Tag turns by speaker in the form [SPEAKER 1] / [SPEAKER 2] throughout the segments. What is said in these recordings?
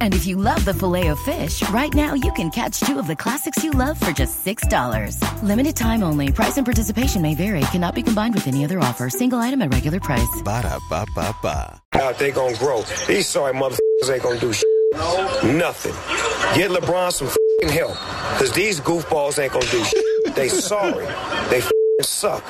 [SPEAKER 1] And if you love the filet of fish, right now you can catch two of the classics you love for just $6. Limited time only. Price and participation may vary. Cannot be combined with any other offer. Single item at regular price.
[SPEAKER 2] Ba-da-ba-ba-ba.
[SPEAKER 3] Now they gonna grow. These sorry motherfuckers ain't gonna do shit. nothing. Get LeBron some fing help, cause these goofballs ain't gonna do shit. They sorry. They fing suck.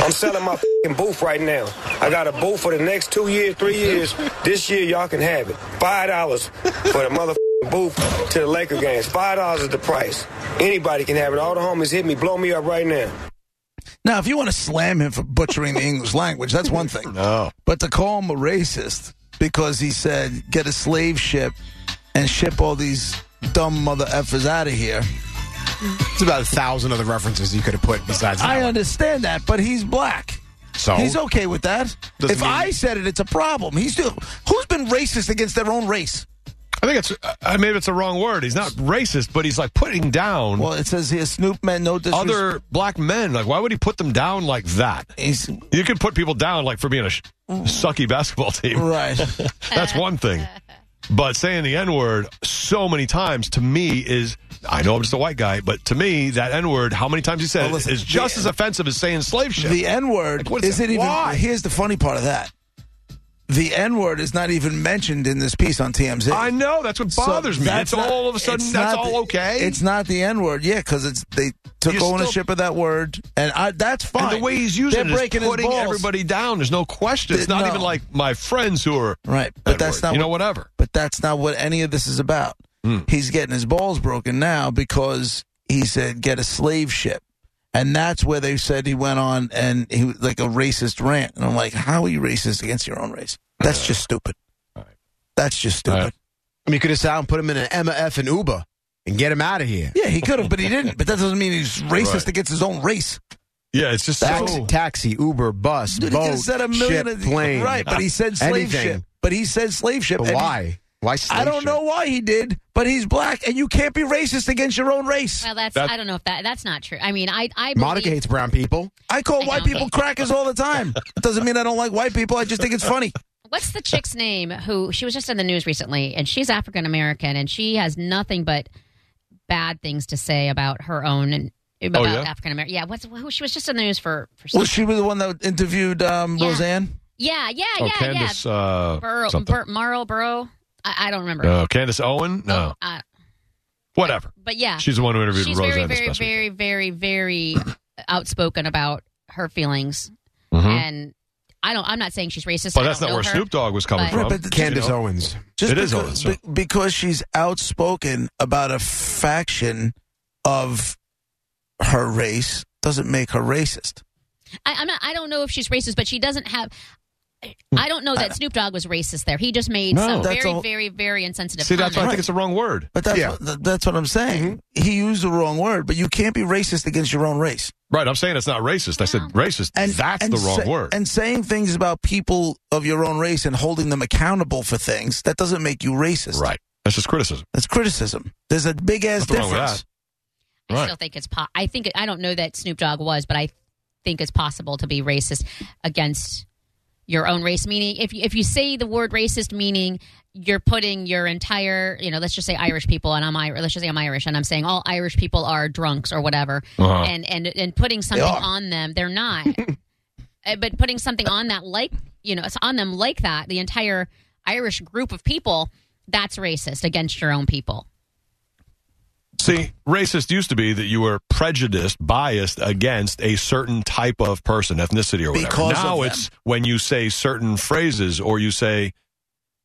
[SPEAKER 3] I'm selling my fing booth right now. I got a booth for the next two years, three years. This year y'all can have it. Five dollars for the motherfucking booth to the Laker games. Five dollars is the price. Anybody can have it. All the homies hit me, blow me up right now.
[SPEAKER 4] Now, if you want to slam him for butchering the English language, that's one thing. No. But to call him a racist because he said, get a slave ship and ship all these dumb mother effers out of here,
[SPEAKER 5] It's about a thousand other references you could have put besides that.
[SPEAKER 4] I
[SPEAKER 5] one.
[SPEAKER 4] understand that, but he's black.
[SPEAKER 5] So?
[SPEAKER 4] He's okay with that.
[SPEAKER 5] Doesn't
[SPEAKER 4] if
[SPEAKER 5] mean-
[SPEAKER 4] I said it, it's a problem. He's still. Who's been racist against their own race?
[SPEAKER 6] I think it's uh, maybe it's the wrong word. He's not racist, but he's like putting down
[SPEAKER 4] Well, it says here Snoop Man, no disrespect.
[SPEAKER 6] other black men. Like, why would he put them down like that?
[SPEAKER 4] He's,
[SPEAKER 6] You could put people down like for being a sh- sucky basketball team.
[SPEAKER 4] right.
[SPEAKER 6] That's one thing. But saying the N word so many times to me is, I know I'm just a white guy, but to me, that N word, how many times you said
[SPEAKER 4] Well, listen,
[SPEAKER 6] it, is just
[SPEAKER 4] the-
[SPEAKER 6] as offensive as saying slave ship.
[SPEAKER 4] The N word
[SPEAKER 6] Like, what is
[SPEAKER 4] is
[SPEAKER 6] that?
[SPEAKER 4] it even?
[SPEAKER 6] Why?
[SPEAKER 4] Here's the funny part of that. The N word is not even mentioned in this piece on TMZ.
[SPEAKER 6] I know. That's what
[SPEAKER 4] So
[SPEAKER 6] bothers me.
[SPEAKER 4] that's
[SPEAKER 6] It's
[SPEAKER 4] not-
[SPEAKER 6] all of a sudden,
[SPEAKER 4] it's
[SPEAKER 6] that's
[SPEAKER 4] not
[SPEAKER 6] all
[SPEAKER 4] the-
[SPEAKER 6] okay.
[SPEAKER 4] It's not the N word, yeah, because it's they took
[SPEAKER 6] You still-
[SPEAKER 4] ownership of that word, and I, that's fine.
[SPEAKER 6] And the way he's using
[SPEAKER 4] They're
[SPEAKER 6] it
[SPEAKER 4] breaking
[SPEAKER 6] is
[SPEAKER 4] his
[SPEAKER 6] putting
[SPEAKER 4] balls.
[SPEAKER 6] everybody down. There's no question. It's
[SPEAKER 4] Th-
[SPEAKER 6] not
[SPEAKER 4] no.
[SPEAKER 6] even like my friends who are
[SPEAKER 4] right, but
[SPEAKER 6] N-word.
[SPEAKER 4] that's not
[SPEAKER 6] you
[SPEAKER 4] what,
[SPEAKER 6] know whatever.
[SPEAKER 4] But that's not what any of this is about.
[SPEAKER 5] Hmm.
[SPEAKER 4] He's getting his balls broken now because he said get a slave ship. And that's where they said he went on and he was like a racist rant. And I'm like, how are you racist against your own race? That's just stupid. That's just stupid.
[SPEAKER 6] Alright.
[SPEAKER 5] I mean, you could have sat and put him in an MF and Uber and get him out of here.
[SPEAKER 4] Yeah, he could have, but he didn't. But that doesn't mean he's racist against his own race.
[SPEAKER 6] Yeah, it's just
[SPEAKER 5] Taxi,
[SPEAKER 6] so.
[SPEAKER 5] taxi, Uber, bus,
[SPEAKER 4] Dude,
[SPEAKER 5] boat,
[SPEAKER 4] he just said a million
[SPEAKER 5] ship,
[SPEAKER 4] of-
[SPEAKER 5] plane.
[SPEAKER 4] Right, but he said slave
[SPEAKER 5] Anything.
[SPEAKER 4] ship. But he said slave ship.
[SPEAKER 5] But
[SPEAKER 4] and he-
[SPEAKER 5] why? Why? slave
[SPEAKER 4] I don't
[SPEAKER 5] ship?
[SPEAKER 4] know why he did, but he's black, and you can't be racist against your own race.
[SPEAKER 7] Well, that's
[SPEAKER 6] That-
[SPEAKER 7] I don't know if that that's not true. I mean, I I
[SPEAKER 5] Monica
[SPEAKER 7] believe-
[SPEAKER 5] hates brown people.
[SPEAKER 4] I call
[SPEAKER 7] I
[SPEAKER 4] white
[SPEAKER 7] know.
[SPEAKER 4] people crackers all the time. It doesn't mean I don't like white people. I just think it's funny.
[SPEAKER 7] What's the chick's name who she was just in the news recently and she's African American and she has nothing but bad things to say about her own and about
[SPEAKER 6] Oh, yeah?
[SPEAKER 7] African American. Yeah, what's who she was just in the news for for
[SPEAKER 4] Well,
[SPEAKER 7] some,
[SPEAKER 4] she was the one that interviewed um,
[SPEAKER 7] Yeah.
[SPEAKER 4] Roseanne.
[SPEAKER 7] Yeah, yeah,
[SPEAKER 6] Oh,
[SPEAKER 7] yeah,
[SPEAKER 6] Candace.
[SPEAKER 7] yeah.
[SPEAKER 6] Uh,
[SPEAKER 7] Burrow,
[SPEAKER 6] something.
[SPEAKER 7] Bur- Marlboro. I, I don't remember.
[SPEAKER 6] No, Candace Owen. No,
[SPEAKER 7] Uh,
[SPEAKER 6] whatever.
[SPEAKER 7] but yeah.
[SPEAKER 6] She's the one who interviewed
[SPEAKER 7] she's
[SPEAKER 6] Roseanne.
[SPEAKER 7] very,
[SPEAKER 6] this
[SPEAKER 7] very,
[SPEAKER 6] past weekend.
[SPEAKER 7] very, very, very outspoken about her feelings,
[SPEAKER 6] Mhm.
[SPEAKER 7] and I don't. I'm not saying she's racist.
[SPEAKER 6] But
[SPEAKER 7] I
[SPEAKER 6] that's
[SPEAKER 7] don't
[SPEAKER 6] not
[SPEAKER 7] know
[SPEAKER 6] where
[SPEAKER 7] her.
[SPEAKER 6] Snoop Dogg was coming
[SPEAKER 7] But-
[SPEAKER 6] from.
[SPEAKER 4] Right, but the-
[SPEAKER 5] Candace
[SPEAKER 6] You know?
[SPEAKER 5] Owens.
[SPEAKER 4] Just
[SPEAKER 6] It is
[SPEAKER 4] because,
[SPEAKER 6] on, so-
[SPEAKER 4] be- because she's outspoken about a faction of her race doesn't make her racist.
[SPEAKER 7] I, I'm not. I don't know if she's racist, but she doesn't have. I don't know that Snoop Dogg was racist there. He just made
[SPEAKER 6] No.
[SPEAKER 7] some
[SPEAKER 4] That's
[SPEAKER 7] very,
[SPEAKER 4] all-
[SPEAKER 7] very, very insensitive.
[SPEAKER 6] See, that's
[SPEAKER 7] comments.
[SPEAKER 6] why I think it's the wrong word.
[SPEAKER 4] But that's
[SPEAKER 5] Yeah.
[SPEAKER 4] what, th- that's what I'm saying.
[SPEAKER 6] Mm-hmm.
[SPEAKER 4] He used the wrong word, but you can't be racist against your own race.
[SPEAKER 6] Right, I'm saying it's not racist. I said racist. that's the wrong
[SPEAKER 4] sa-
[SPEAKER 6] word.
[SPEAKER 4] And saying things about people of your own race and holding them accountable for things that doesn't make you racist.
[SPEAKER 6] right. That's just criticism.
[SPEAKER 4] That's criticism. There's a big ass
[SPEAKER 6] Nothing wrong
[SPEAKER 4] difference.
[SPEAKER 6] with
[SPEAKER 7] I
[SPEAKER 6] Right.
[SPEAKER 7] still think it's. Po- I think I don't know that Snoop Dogg was, but I think it's possible to be racist against your own race. Meaning, if you, if you say the word racist, meaning you're putting your entire, you know, let's just say Irish people, and I'm Irish. Let's just say I'm Irish, and I'm saying all Irish people are drunks or whatever,
[SPEAKER 6] Uh-huh.
[SPEAKER 7] and and and putting something
[SPEAKER 4] are.
[SPEAKER 7] on them, they're not. Uh, but putting something on that, like you know, it's on them like that, the entire Irish group of people, that's racist against your own people.
[SPEAKER 6] See, racist used to be that you were prejudiced, biased against a certain type of person, ethnicity, or whatever.
[SPEAKER 4] Because of
[SPEAKER 6] now
[SPEAKER 4] them.
[SPEAKER 6] it's when you say certain phrases or you say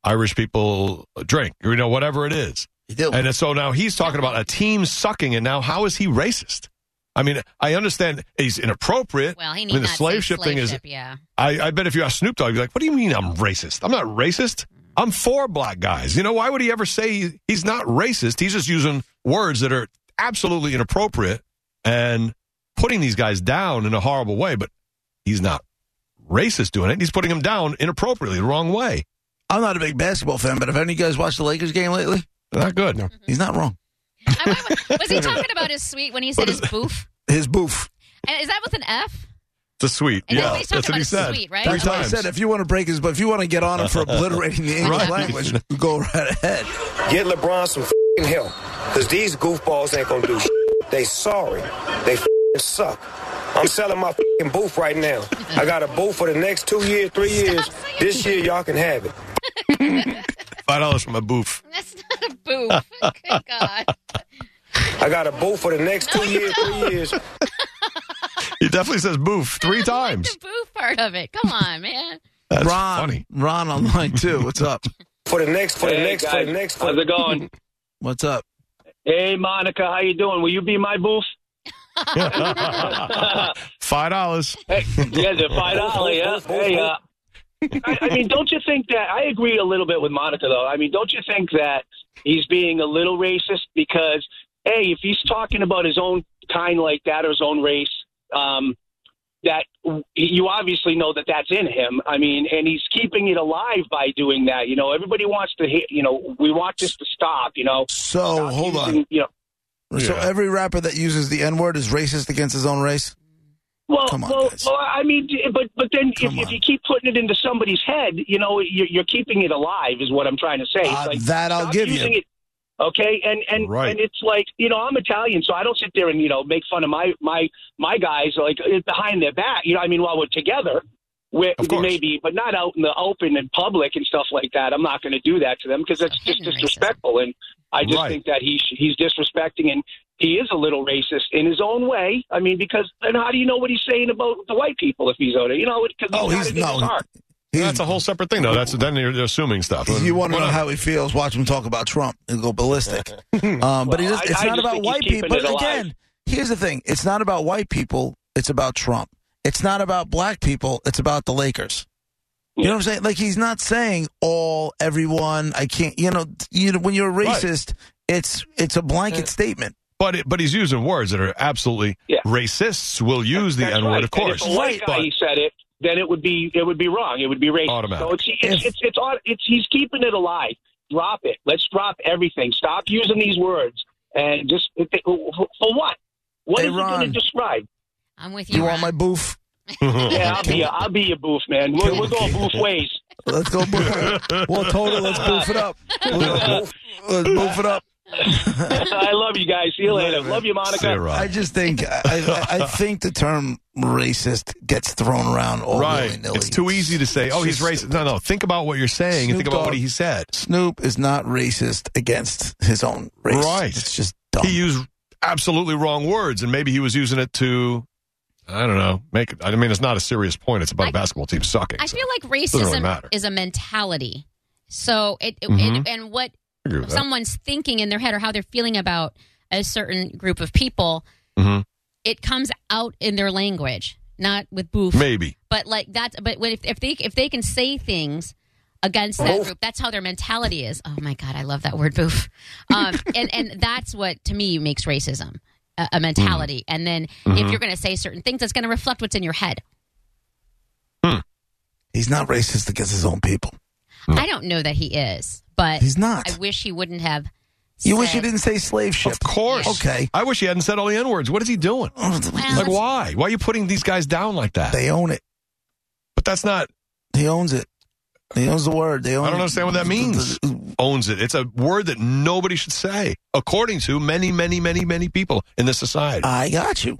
[SPEAKER 6] Irish people drink, or, you know, whatever it is. And it's- so now he's talking about a team sucking, and now how is he racist? I mean, I understand he's inappropriate.
[SPEAKER 7] Well, he
[SPEAKER 6] I
[SPEAKER 7] need
[SPEAKER 6] mean, the
[SPEAKER 7] not say
[SPEAKER 6] slave ship thing is
[SPEAKER 7] ship, yeah.
[SPEAKER 6] I, I bet if you ask Snoop Dogg, he'd be like, "What do you mean I'm racist? I'm not racist. I'm for black guys." You know, why would he ever say he- he's not racist? He's just using words that are absolutely inappropriate and putting these guys down in a horrible way. But he's not racist doing it. He's putting them down inappropriately, the wrong way.
[SPEAKER 4] I'm not a big basketball fan, but have any of you guys watched the Lakers game lately?
[SPEAKER 6] Not good. No.
[SPEAKER 4] He's not wrong.
[SPEAKER 7] I- I- was he talking about his suite when he said his boof?
[SPEAKER 4] His boof.
[SPEAKER 7] And Is that with an F?
[SPEAKER 6] It's a sweet.
[SPEAKER 7] And
[SPEAKER 6] yeah,
[SPEAKER 7] nobody's talking
[SPEAKER 6] that's what he
[SPEAKER 7] about
[SPEAKER 6] said.
[SPEAKER 7] sweet, right?
[SPEAKER 6] Three
[SPEAKER 4] That's why I
[SPEAKER 6] times.
[SPEAKER 4] said if you want to break his, but if you want to get on him for obliterating the English
[SPEAKER 6] Right.
[SPEAKER 4] language, go right ahead.
[SPEAKER 3] Get LeBron some fing help. Because these goofballs ain't gonna do shit. They sorry. They fing suck. I'm selling my fing booth right now. I got a booth for the next two years, three years.
[SPEAKER 7] singing.
[SPEAKER 3] This year, y'all can have it.
[SPEAKER 6] Five dollars from a boof.
[SPEAKER 7] That's not a boof. Good God.
[SPEAKER 3] I got a booth for the next two years, three years.
[SPEAKER 6] He definitely says boof three times.
[SPEAKER 7] The boof part of it. Come on, man.
[SPEAKER 6] That's
[SPEAKER 4] Ron,
[SPEAKER 6] funny.
[SPEAKER 4] Ron online too. What's up?
[SPEAKER 3] For the next, for the
[SPEAKER 8] Hey,
[SPEAKER 3] next, for
[SPEAKER 8] guys.
[SPEAKER 3] the next, for
[SPEAKER 8] How's
[SPEAKER 3] the
[SPEAKER 8] it going?
[SPEAKER 4] What's up?
[SPEAKER 8] hey, Monica, how you doing? Will you be my booth?
[SPEAKER 6] Five dollars.
[SPEAKER 8] Hey, yeah, the five dollar. Yeah. Hey, uh, I, I mean, don't you think that I agree a little bit with Monica though? I mean, don't you think that he's being a little racist because hey, if he's talking about his own kind like that or his own race, um, that you obviously know that that's in him. I mean, and he's keeping it alive by doing that. You know, everybody wants to hit. You know, we want this to stop. You know,
[SPEAKER 4] So
[SPEAKER 8] Stop
[SPEAKER 4] hold on.
[SPEAKER 8] using, You know,
[SPEAKER 4] So
[SPEAKER 6] Yeah.
[SPEAKER 4] every rapper that uses the N word is racist against his own race.
[SPEAKER 8] Well,
[SPEAKER 4] Come on,
[SPEAKER 8] well,
[SPEAKER 4] guys.
[SPEAKER 8] well, I mean, d- but but then if,
[SPEAKER 4] Come
[SPEAKER 8] if you
[SPEAKER 4] on.
[SPEAKER 8] keep putting it into somebody's head, you know, you're, you're keeping it alive, is what I'm trying to say. It's
[SPEAKER 4] Uh,
[SPEAKER 8] like,
[SPEAKER 4] that I'll
[SPEAKER 8] stop
[SPEAKER 4] give you.
[SPEAKER 8] using It, okay, and and
[SPEAKER 6] Right.
[SPEAKER 8] and it's like you know, I'm Italian, so I don't sit there and you know make fun of my my my guys like uh, behind their back. You know, I mean, while we're together. Where,
[SPEAKER 6] Of course.
[SPEAKER 8] maybe, but not out in the open and public and stuff like that. I'm not going to do that to them because that's just
[SPEAKER 7] Hidden racism.
[SPEAKER 8] disrespectful. And I just
[SPEAKER 6] Right.
[SPEAKER 8] think that he sh- he's disrespecting and he is a little racist in his own way. I mean, because and how do you know what he's saying about the white people if he's out there? You know, because
[SPEAKER 4] Oh, he's no. He's-
[SPEAKER 6] That's a whole separate thing, though. That's then you're you're assuming stuff.
[SPEAKER 4] If you want to know
[SPEAKER 6] Whatever.
[SPEAKER 4] how he feels, watch him talk about Trump and go ballistic. um, but he
[SPEAKER 8] Well,
[SPEAKER 4] just,
[SPEAKER 8] I-
[SPEAKER 4] it's
[SPEAKER 8] I
[SPEAKER 4] not
[SPEAKER 8] just
[SPEAKER 4] about
[SPEAKER 8] think he's
[SPEAKER 4] white
[SPEAKER 8] keeping
[SPEAKER 4] people.
[SPEAKER 8] it
[SPEAKER 4] But
[SPEAKER 8] alive.
[SPEAKER 4] again, here's the thing: it's not about white people. It's about Trump. It's not about black people. It's about the Lakers. You know what I'm saying? Like he's not saying all everyone. I can't. You know. You know when you're a
[SPEAKER 6] Right.
[SPEAKER 4] racist, it's it's a blanket statement.
[SPEAKER 6] But it, but he's using words that are absolutely
[SPEAKER 8] Yeah.
[SPEAKER 6] racists will use the
[SPEAKER 8] That's
[SPEAKER 6] N word,
[SPEAKER 8] right.
[SPEAKER 6] of course.
[SPEAKER 8] And if a white guy he said it, then it would be it would be wrong. It would be racist.
[SPEAKER 6] Automatic.
[SPEAKER 8] So it's it's,
[SPEAKER 4] If-
[SPEAKER 8] it's it's au- it's he's keeping it alive. Drop it. Let's drop everything. Stop using these words and just for what? What
[SPEAKER 4] Hey,
[SPEAKER 8] is it
[SPEAKER 4] Ron.
[SPEAKER 8] going to describe?
[SPEAKER 7] I'm with you.
[SPEAKER 4] You
[SPEAKER 7] Ron.
[SPEAKER 4] want my boof?
[SPEAKER 8] Yeah, I'll be a, I'll be a boof, man. We're, we're going boof ways.
[SPEAKER 4] Let's go boof it up. Well, totally. Let's boof it up. Let's boof it up.
[SPEAKER 8] I love you guys. See you later. Love you, Monica.
[SPEAKER 6] See ya, Rob.
[SPEAKER 4] I just think I, I, I think the term racist gets thrown around all
[SPEAKER 6] Right.
[SPEAKER 4] willy-nilly.
[SPEAKER 6] It's too easy to say,
[SPEAKER 4] It's
[SPEAKER 6] oh, he's
[SPEAKER 4] just-
[SPEAKER 6] racist. No, no. Think about what you're saying
[SPEAKER 4] Snoop
[SPEAKER 6] and think about what
[SPEAKER 4] Dogg.
[SPEAKER 6] he said.
[SPEAKER 4] Snoop is not racist against his own race.
[SPEAKER 6] Right.
[SPEAKER 4] It's just dumb.
[SPEAKER 6] He used absolutely wrong words, and maybe he was using it to, I don't know, make. I mean, it's not a serious point. It's about
[SPEAKER 7] I-
[SPEAKER 6] a basketball team sucking.
[SPEAKER 7] I
[SPEAKER 6] so
[SPEAKER 7] feel like
[SPEAKER 6] doesn't really
[SPEAKER 7] racism
[SPEAKER 6] matter.
[SPEAKER 7] is a mentality. So it, it-
[SPEAKER 6] Mhm.
[SPEAKER 7] it and what
[SPEAKER 6] I agree with that.
[SPEAKER 7] someone's thinking in their head or how they're feeling about a certain group of people,
[SPEAKER 6] Mhm.
[SPEAKER 7] it comes out in their language, not with boof.
[SPEAKER 6] Maybe.
[SPEAKER 7] But like that's but when, if, if they if they can say things against that
[SPEAKER 3] Boof.
[SPEAKER 7] group, that's how their mentality is. Oh my god, I love that word boof. Um, and and that's what to me makes racism a, a mentality.
[SPEAKER 4] Mm.
[SPEAKER 7] And then
[SPEAKER 4] Mm-hmm.
[SPEAKER 7] if you're going to say certain things, that's going to reflect what's in your head.
[SPEAKER 4] He's not racist against his own people.
[SPEAKER 7] I don't know that he is, but
[SPEAKER 4] Mm. He's not.
[SPEAKER 7] I wish he wouldn't have.
[SPEAKER 4] you wish you
[SPEAKER 7] said-
[SPEAKER 4] didn't say slave ship.
[SPEAKER 6] Of course.
[SPEAKER 4] Okay.
[SPEAKER 6] I wish he hadn't said all the N words. What is he doing? Like,
[SPEAKER 7] Well,
[SPEAKER 6] why? Why are you putting these guys down like that?
[SPEAKER 4] They own it.
[SPEAKER 6] But that's not.
[SPEAKER 4] He owns it. He owns the word. They own
[SPEAKER 6] I don't understand what that means. Owns it. It's a word that nobody should say, according to many, many, many, many people in this society.
[SPEAKER 4] I got you.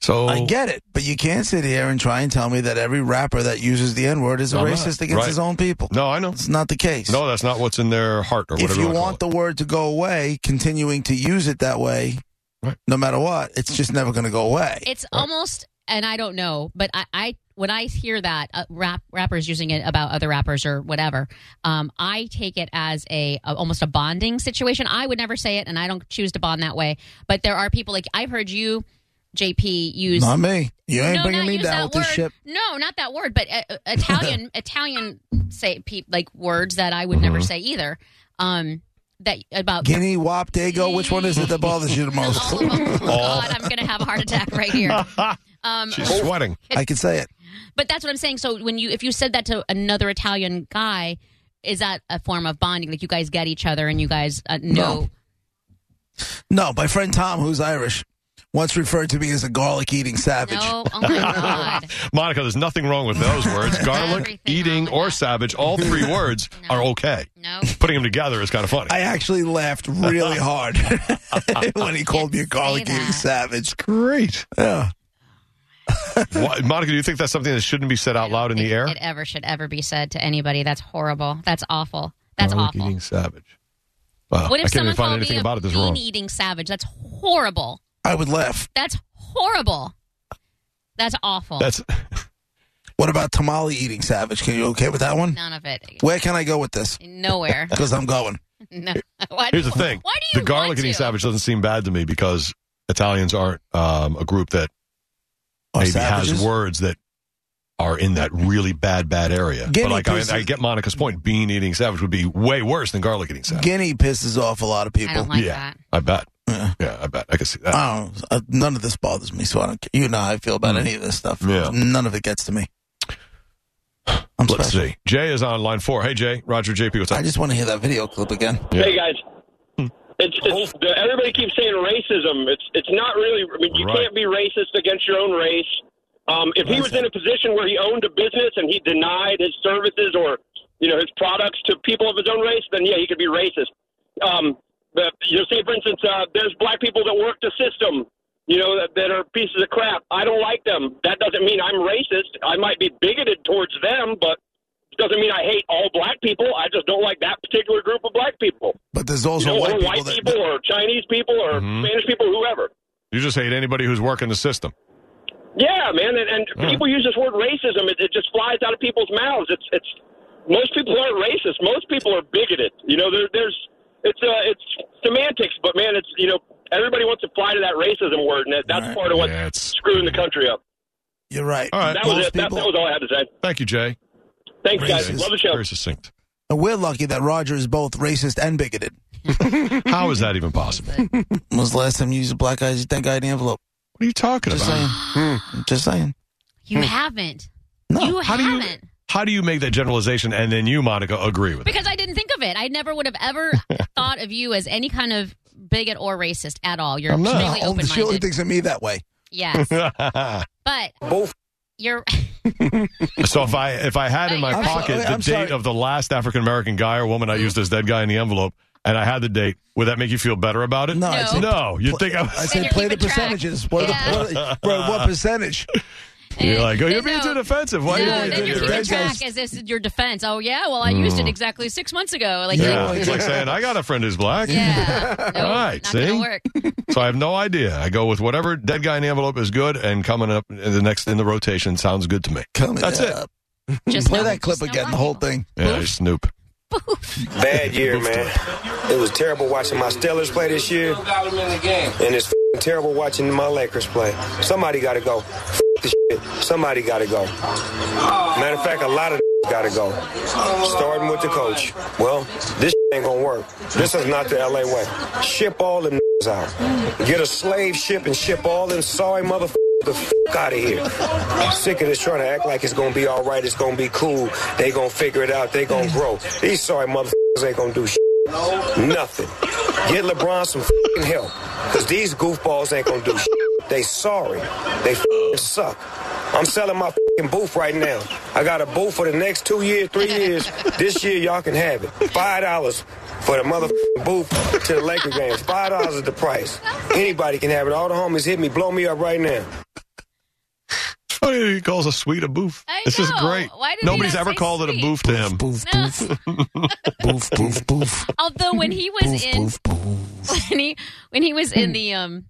[SPEAKER 6] so
[SPEAKER 4] I get it. But you can't sit here and try and tell me that every rapper that uses the N word is a
[SPEAKER 6] I'm not.
[SPEAKER 4] racist against
[SPEAKER 6] Right.
[SPEAKER 4] his own people.
[SPEAKER 6] No, I know.
[SPEAKER 4] It's not the case.
[SPEAKER 6] No, that's not what's in their heart or whatever.
[SPEAKER 4] if you
[SPEAKER 6] wanna call
[SPEAKER 4] want
[SPEAKER 6] it.
[SPEAKER 4] the word to go away, continuing to use it that way,
[SPEAKER 6] Right.
[SPEAKER 4] no matter what, it's just never going to go away.
[SPEAKER 7] it's almost, and I don't know, but I, I when I hear that uh, rap rappers using it about other rappers or whatever, um, I take it as a, a almost a bonding situation. I would never say it, and I don't choose to bond that way. But there are people like I've heard you, JP, use
[SPEAKER 4] Not me. You ain't
[SPEAKER 7] no,
[SPEAKER 4] bringing
[SPEAKER 7] not
[SPEAKER 4] me
[SPEAKER 7] use
[SPEAKER 4] down
[SPEAKER 7] that
[SPEAKER 4] with
[SPEAKER 7] word.
[SPEAKER 4] this shit.
[SPEAKER 7] No, not that word, but uh, uh, Italian Italian say pe- like words that I would never
[SPEAKER 4] Mm-hmm.
[SPEAKER 7] say either. Um, that about
[SPEAKER 4] Guinea, Wop, Dago. Which one is it that bothers you the
[SPEAKER 7] all
[SPEAKER 4] most?
[SPEAKER 7] of them. Oh, God, I'm gonna have a heart attack right here. Um,
[SPEAKER 6] She's sweating.
[SPEAKER 4] I can say it.
[SPEAKER 7] but that's what I'm saying. So when you if you said that to another Italian guy, is that a form of bonding? Like you guys get each other and you guys uh, know.
[SPEAKER 4] No, my friend Tom, who's Irish, once referred to me as a garlic eating savage.
[SPEAKER 7] No, oh my god.
[SPEAKER 6] Monica, there's nothing wrong with those words. Garlic,
[SPEAKER 7] Everything
[SPEAKER 6] eating,
[SPEAKER 7] wrong with
[SPEAKER 6] or
[SPEAKER 7] that.
[SPEAKER 6] savage, all three words are okay.
[SPEAKER 7] No.
[SPEAKER 6] Putting them together is kind of funny.
[SPEAKER 4] I actually laughed really hard when he called me a garlic
[SPEAKER 7] say
[SPEAKER 4] eating
[SPEAKER 7] that.
[SPEAKER 4] savage.
[SPEAKER 6] Great.
[SPEAKER 4] Yeah.
[SPEAKER 6] Why, Monica, do you think that's something that shouldn't be said out loud in the air?
[SPEAKER 7] It ever should ever be said to anybody. That's horrible. That's awful. That's
[SPEAKER 6] Garlic
[SPEAKER 7] awful.
[SPEAKER 6] Eating savage. Wow.
[SPEAKER 7] What if
[SPEAKER 6] I can't
[SPEAKER 7] someone
[SPEAKER 6] even find
[SPEAKER 7] called
[SPEAKER 6] anything
[SPEAKER 7] me a
[SPEAKER 6] about it that's
[SPEAKER 7] bean
[SPEAKER 6] wrong.
[SPEAKER 7] eating savage? That's horrible.
[SPEAKER 4] I would laugh.
[SPEAKER 7] That's horrible. That's awful.
[SPEAKER 6] That's
[SPEAKER 4] What about tamale eating savage? Can you okay with that one?
[SPEAKER 7] none of it.
[SPEAKER 4] Where can I go with this?
[SPEAKER 7] Nowhere.
[SPEAKER 4] Because I'm going.
[SPEAKER 7] no. Why do
[SPEAKER 6] here's the
[SPEAKER 7] you-
[SPEAKER 6] thing.
[SPEAKER 7] Why do you
[SPEAKER 6] the garlic
[SPEAKER 7] want
[SPEAKER 6] eating
[SPEAKER 7] to?
[SPEAKER 6] savage doesn't seem bad to me because Italians aren't um, a group that
[SPEAKER 4] Or
[SPEAKER 6] maybe
[SPEAKER 4] savages?
[SPEAKER 6] has words that are in that really bad, bad area.
[SPEAKER 4] Guinea
[SPEAKER 6] but like I,
[SPEAKER 4] pigs-
[SPEAKER 6] I get Monica's point. Bean eating savage would be way worse than garlic eating savage.
[SPEAKER 4] Guinea pisses off a lot of
[SPEAKER 7] I
[SPEAKER 4] people.
[SPEAKER 7] don't like
[SPEAKER 6] yeah,
[SPEAKER 7] that.
[SPEAKER 6] I bet.
[SPEAKER 4] Yeah.
[SPEAKER 6] Yeah, I bet. I can see that.
[SPEAKER 4] I don't know. Uh, None of this bothers me, so I don't care. You know how I feel about any of this stuff.
[SPEAKER 6] Mm. Yeah.
[SPEAKER 4] None of it gets to me. I'm
[SPEAKER 6] Let's
[SPEAKER 4] special.
[SPEAKER 6] see. Jay is on line four. Hey, Jay. Roger, JP, what's up?
[SPEAKER 4] I just want to hear that video clip again.
[SPEAKER 6] Yeah.
[SPEAKER 8] Hey guys, it's, it's the, everybody keeps saying racism. It's it's not really. I mean, you
[SPEAKER 6] Right.
[SPEAKER 8] can't be racist against your own race. Um, if he was in a position where he owned a business and he denied his services or you know his products to people of his own race, then yeah, he could be racist. Um, but you know, say for instance, uh, there's black people that work the system. You know that, that are pieces of crap. I don't like them. That doesn't mean I'm racist. I might be bigoted towards them, but it doesn't mean I hate all black people. I just don't like that particular group of black people
[SPEAKER 4] But there's also
[SPEAKER 8] you know,
[SPEAKER 4] white
[SPEAKER 8] or
[SPEAKER 4] people
[SPEAKER 8] white
[SPEAKER 4] that. Mm-hmm.
[SPEAKER 8] people or Chinese people or Spanish people, whoever.
[SPEAKER 6] You just hate anybody who's working the system.
[SPEAKER 8] Yeah, man, and, and people use this word racism. It, it just flies out of people's mouths. It's it's most people aren't racist. Most people are bigoted. You know, there, there's it's uh, it's semantics, but man, it's you know everybody wants to fly to that racism word, and that, that's
[SPEAKER 4] Right.
[SPEAKER 8] part of what's
[SPEAKER 6] Yeah, it's-
[SPEAKER 8] screwing the country up.
[SPEAKER 4] You're right.
[SPEAKER 6] All right.
[SPEAKER 8] That
[SPEAKER 4] Most
[SPEAKER 8] was it. That,
[SPEAKER 4] people-
[SPEAKER 8] that was all I had to say.
[SPEAKER 6] Thank you, Jay.
[SPEAKER 8] Thanks,
[SPEAKER 4] Racist.
[SPEAKER 8] guys. Love the show.
[SPEAKER 6] Very succinct.
[SPEAKER 4] And we're lucky that Roger is both racist and bigoted.
[SPEAKER 6] How is that even possible?
[SPEAKER 4] When was the last time you used a black guy? You that guy in the envelope.
[SPEAKER 6] What are you talking
[SPEAKER 4] Just
[SPEAKER 6] about?
[SPEAKER 4] saying.
[SPEAKER 6] Hmm.
[SPEAKER 4] Just saying.
[SPEAKER 7] You haven't.
[SPEAKER 4] No.
[SPEAKER 7] You
[SPEAKER 6] How do you-
[SPEAKER 7] haven't.
[SPEAKER 6] How do you make that generalization and then you, Monica, agree with it?
[SPEAKER 7] Because I didn't think of it. I never would have ever thought of you as any kind of bigot or racist at all. You're
[SPEAKER 6] I'm not.
[SPEAKER 7] extremely
[SPEAKER 4] Oh,
[SPEAKER 7] open
[SPEAKER 4] she only
[SPEAKER 7] minded.
[SPEAKER 4] thinks of me that way.
[SPEAKER 7] Yes.
[SPEAKER 6] so
[SPEAKER 7] But
[SPEAKER 3] Both.
[SPEAKER 7] you're
[SPEAKER 6] if I if I had in my
[SPEAKER 7] I'm
[SPEAKER 6] pocket
[SPEAKER 4] sorry.
[SPEAKER 6] the
[SPEAKER 4] I'm
[SPEAKER 6] date
[SPEAKER 4] sorry.
[SPEAKER 6] of the last African American guy or woman I used as dead guy in the envelope, and I had the date, would that make you feel better about it?
[SPEAKER 4] No, I
[SPEAKER 7] No.
[SPEAKER 4] said-
[SPEAKER 6] No, you'd think I
[SPEAKER 4] I
[SPEAKER 6] was.
[SPEAKER 4] said
[SPEAKER 7] you're
[SPEAKER 4] play the
[SPEAKER 7] keeping track.
[SPEAKER 4] percentages. What,
[SPEAKER 7] Yeah.
[SPEAKER 4] what, what, what percentage?
[SPEAKER 6] You're like, oh,
[SPEAKER 7] No,
[SPEAKER 6] you're being
[SPEAKER 7] no.
[SPEAKER 6] too defensive. Why
[SPEAKER 7] no,
[SPEAKER 6] are you
[SPEAKER 7] then you're
[SPEAKER 6] doing it,
[SPEAKER 7] keeping
[SPEAKER 6] right?
[SPEAKER 7] track as this is your defense. Oh yeah, well I used it exactly six months ago. Like
[SPEAKER 6] Mm. Yeah,
[SPEAKER 7] like,
[SPEAKER 6] it's like saying I got a friend who's black.
[SPEAKER 7] yeah. No,
[SPEAKER 6] Right,
[SPEAKER 7] not gonna
[SPEAKER 6] see?
[SPEAKER 7] work.
[SPEAKER 6] So I have no idea. I go with whatever dead guy in the envelope is good, and coming up in the next in the rotation sounds good to me.
[SPEAKER 4] Coming
[SPEAKER 6] That's it.
[SPEAKER 4] up.
[SPEAKER 7] Just
[SPEAKER 4] Play
[SPEAKER 7] no-
[SPEAKER 4] that clip
[SPEAKER 7] just no
[SPEAKER 4] again, the
[SPEAKER 7] black
[SPEAKER 4] whole
[SPEAKER 7] people.
[SPEAKER 4] thing.
[SPEAKER 6] Yeah, I Snoop.
[SPEAKER 3] Bad year, man. It was terrible watching my Steelers play this year, and it's f***ing terrible watching my Lakers play. Somebody got to go. F- this shit. Somebody got to go. Matter of fact, a lot of got to go. Starting with the coach. Well, this ain't gonna work. This is not the LA way. Ship all them out. Get a slave ship and ship all them sorry motherfuckers the fuck out of here. I'm sick of this trying to act like it's gonna be all right. It's gonna be cool. They gonna figure it out. They gonna grow. These sorry motherfuckers ain't gonna do shit. Nothing. Get LeBron some fucking help, cause these goofballs ain't gonna do shit. They sorry. They fucking suck. I'm selling my fucking booth right now. I got a booth for the next two years, three years. This year, y'all can have it. Five dollars for the motherfucking booth to the Laker games. Five dollars is the price. Anybody can have it. All the homies hit me, blow me up right now.
[SPEAKER 6] Oh, he calls a suite a booth.
[SPEAKER 7] I
[SPEAKER 6] this is
[SPEAKER 7] know.
[SPEAKER 6] great.
[SPEAKER 7] Why did he
[SPEAKER 6] Nobody's
[SPEAKER 7] not
[SPEAKER 6] ever
[SPEAKER 7] say
[SPEAKER 6] called it a
[SPEAKER 7] suite?
[SPEAKER 6] booth to him.
[SPEAKER 4] Boof, boof. boof, boof, boof.
[SPEAKER 7] Although when he was
[SPEAKER 4] Boof,
[SPEAKER 7] in
[SPEAKER 4] boof, boof. Hmm.
[SPEAKER 7] when he when he was in the um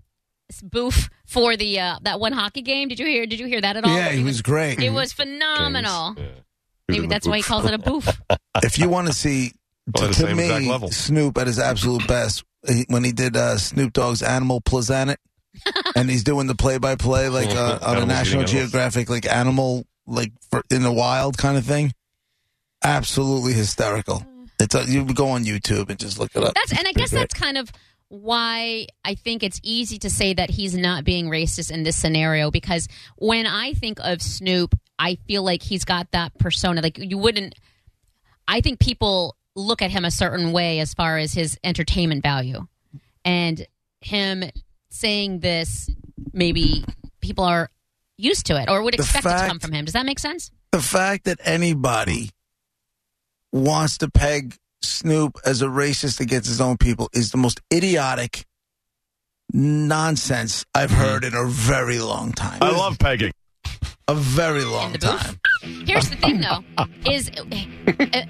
[SPEAKER 7] s- booth for the uh, that one hockey game, did you hear did you hear that at all?
[SPEAKER 4] Yeah, he was great. Hmm.
[SPEAKER 7] It was phenomenal.
[SPEAKER 6] Yeah.
[SPEAKER 7] Maybe that's why he calls it a booth.
[SPEAKER 4] if you want to see
[SPEAKER 6] Probably
[SPEAKER 4] to,
[SPEAKER 6] the
[SPEAKER 4] to
[SPEAKER 6] same exact
[SPEAKER 4] me
[SPEAKER 6] level.
[SPEAKER 4] Snoop at his absolute best he- when he did uh, Snoop Dogg's Animal Planet, and he's doing the play by play like uh, on a National
[SPEAKER 6] Animals eating animals.
[SPEAKER 4] Geographic like animal like for, in the wild kind of thing. Absolutely hysterical. It's uh, you go on YouTube and just look it up.
[SPEAKER 7] Mm. That's and I guess that's kind of why I think it's easy to say that he's not being racist in this scenario because when I think of Snoop, I feel like he's got that persona. Like you wouldn't I think people look at him a certain way as far as his entertainment value. And him saying this, maybe people are used to it or would
[SPEAKER 4] The
[SPEAKER 7] expect it to
[SPEAKER 4] fact-
[SPEAKER 7] come from him. Does that make sense?
[SPEAKER 4] the fact that anybody wants to peg Snoop as a racist against his own people is the most idiotic nonsense I've heard in a very long time.
[SPEAKER 6] Mm-hmm. I love pegging.
[SPEAKER 4] a very long
[SPEAKER 7] the booth?
[SPEAKER 4] time.
[SPEAKER 7] Here's the thing, though, is eh,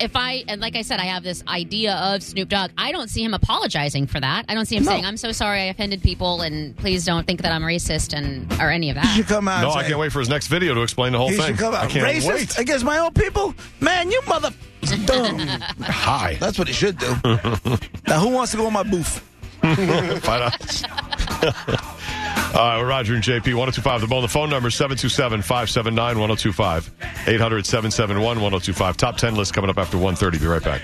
[SPEAKER 7] if I and like I said, I have this idea of Snoop Dogg. I don't see him apologizing for that. I don't see him saying, "I'm so sorry I offended people," and please don't think that I'm racist and or any of
[SPEAKER 4] He
[SPEAKER 7] that.
[SPEAKER 4] should come out.
[SPEAKER 6] No,
[SPEAKER 4] and
[SPEAKER 6] I
[SPEAKER 4] say,
[SPEAKER 6] can't wait for his next video to explain the whole
[SPEAKER 4] He
[SPEAKER 6] thing.
[SPEAKER 4] should come out.
[SPEAKER 6] I can't
[SPEAKER 4] racist
[SPEAKER 6] wait.
[SPEAKER 4] against my own people? Man, you mother. Dumb.
[SPEAKER 6] Hi.
[SPEAKER 4] That's what he should do. now, who wants to go in my booth?
[SPEAKER 6] Find out. All right, we're Roger and JP, 1025 The Bone. The phone number is 727 579 1025. 800 771 1025. Top 10 list coming up after 1.30. Be right back.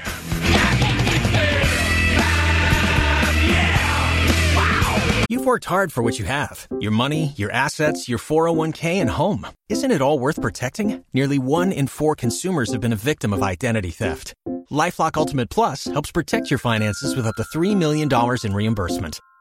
[SPEAKER 9] You've worked hard for what you have your money, your assets, your 401k, and home. Isn't it all worth protecting? Nearly one in four consumers have been a victim of identity theft. Lifelock Ultimate Plus helps protect your finances with up to $3 million in reimbursement.